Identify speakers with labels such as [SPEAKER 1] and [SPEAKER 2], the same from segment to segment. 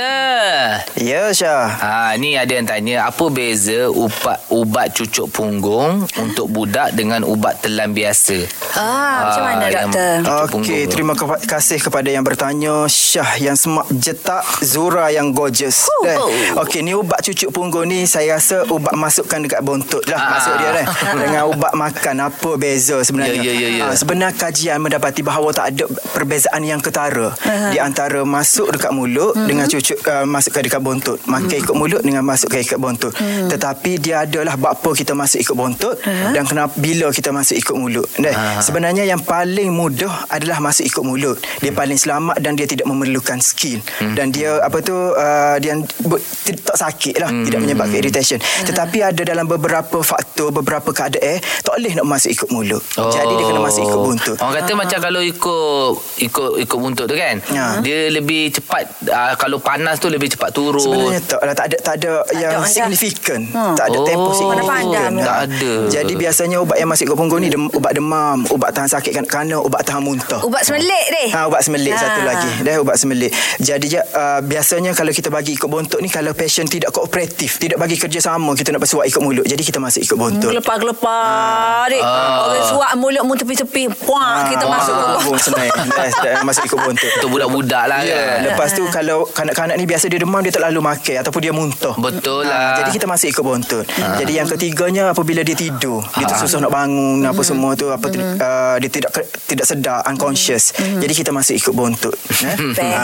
[SPEAKER 1] Doktor.
[SPEAKER 2] Ya Syah.
[SPEAKER 1] Ha, ni ada yang tanya apa beza ubat ubat cucuk punggung untuk budak dengan ubat telan biasa? Ha,
[SPEAKER 3] Ah, macam mana,
[SPEAKER 1] yang
[SPEAKER 3] doktor?
[SPEAKER 1] cucuk
[SPEAKER 2] Okey,
[SPEAKER 1] punggung tu.
[SPEAKER 2] terima kepa- kasih kepada yang bertanya Syah yang semak jetak Zura yang gorgeous
[SPEAKER 1] Oh,
[SPEAKER 3] Huh,
[SPEAKER 2] kan?
[SPEAKER 3] huh.
[SPEAKER 2] Okey, ni ubat cucuk punggung ni Saya rasa ubat masukkan dekat buntut lah
[SPEAKER 1] Ah.
[SPEAKER 2] Maksud dia kan Dengan ubat makan Apa beza sebenarnya
[SPEAKER 1] Ya, ya, ya, ya.
[SPEAKER 2] Ah, Sebenar kajian mendapati bahawa Tak ada perbezaan yang ketara Di antara masuk dekat mulut Dengan cucuk uh, masukkan dekat buntut Makan ikut mulut dengan masukkan ikut buntut Tetapi dia adalah Bakpo kita masuk ikut buntut Dan kenapa bila kita masuk ikut mulut kan? Sebenarnya yang paling mudah Adalah masuk ikut mulut Dia paling selamat Dan dia tidak memerlukan skill Dan dia apa tu uh, Dia bu- ti- tak sakit lah Tidak menyebabkan irritation Tetapi ada dalam beberapa faktor Beberapa keadaan Tak boleh nak masuk ikut mulut Jadi dia kena masuk ikut
[SPEAKER 1] Oh.
[SPEAKER 2] buntut
[SPEAKER 1] Orang
[SPEAKER 3] Ah.
[SPEAKER 1] kata macam kalau ikut ikut ikut buntut tu kan,
[SPEAKER 2] Ya.
[SPEAKER 1] dia lebih cepat ah, kalau panas tu lebih cepat turun.
[SPEAKER 2] Sebenarnya tak lah tak ada tak ada yang
[SPEAKER 3] ada. Hmm.
[SPEAKER 2] signifikan. Tak ada
[SPEAKER 1] Oh,
[SPEAKER 2] tempo signifikan.
[SPEAKER 3] pandai.
[SPEAKER 1] tak ada.
[SPEAKER 2] Jadi biasanya ubat yang masuk ke punggung ni dem, ubat demam, ubat tahan sakit kan kerana ubat tahan muntah.
[SPEAKER 3] Ubat semelik deh.
[SPEAKER 2] Ha, ubat semelit ha. satu
[SPEAKER 3] Ah.
[SPEAKER 2] lagi. Dah ubat semelit. Jadi je, uh, biasanya kalau kita bagi ikut bontot ni kalau pasien tidak kooperatif, tidak bagi kerjasama, kita nak bersuap ikut mulut. Jadi kita masuk ikut bontot.
[SPEAKER 3] Gelepar-gelepar dek. Orang suap mulut mu tepi-tepi. Puak kita
[SPEAKER 2] Ah,
[SPEAKER 3] masuk.
[SPEAKER 2] punggung senang. Dah, dah masuk ikut bontot.
[SPEAKER 1] Untuk budak-budak lah
[SPEAKER 2] Ya,
[SPEAKER 1] kan.
[SPEAKER 2] lepas tu kalau kanak-kanak ni biasa dia demam dia tak lalu makan ataupun dia muntah.
[SPEAKER 1] Betul
[SPEAKER 2] Ah,
[SPEAKER 1] lah. Ah.
[SPEAKER 2] Jadi kita masih ikut bontot. Jadi yang ketiganya apabila dia tidur, dia tersusah nak bangun apa semua tu apa tu, ah, dia tidak ke- tidak sedar unconscious. Jadi kita masih ikut bontot. Eh?
[SPEAKER 3] Beh.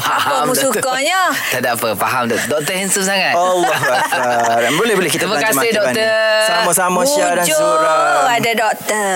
[SPEAKER 3] Apa mu
[SPEAKER 1] Doktor.
[SPEAKER 3] sukanya?
[SPEAKER 1] Tak ada apa, faham. Doktor, doktor handsome sangat.
[SPEAKER 2] Allah Akbar. Boleh boleh kita
[SPEAKER 1] Terima
[SPEAKER 2] belanja
[SPEAKER 1] kasih,
[SPEAKER 2] makan
[SPEAKER 1] doktor.
[SPEAKER 2] ni. Sama-sama Syah dan
[SPEAKER 3] Mujur
[SPEAKER 2] Zura.
[SPEAKER 3] ada doktor.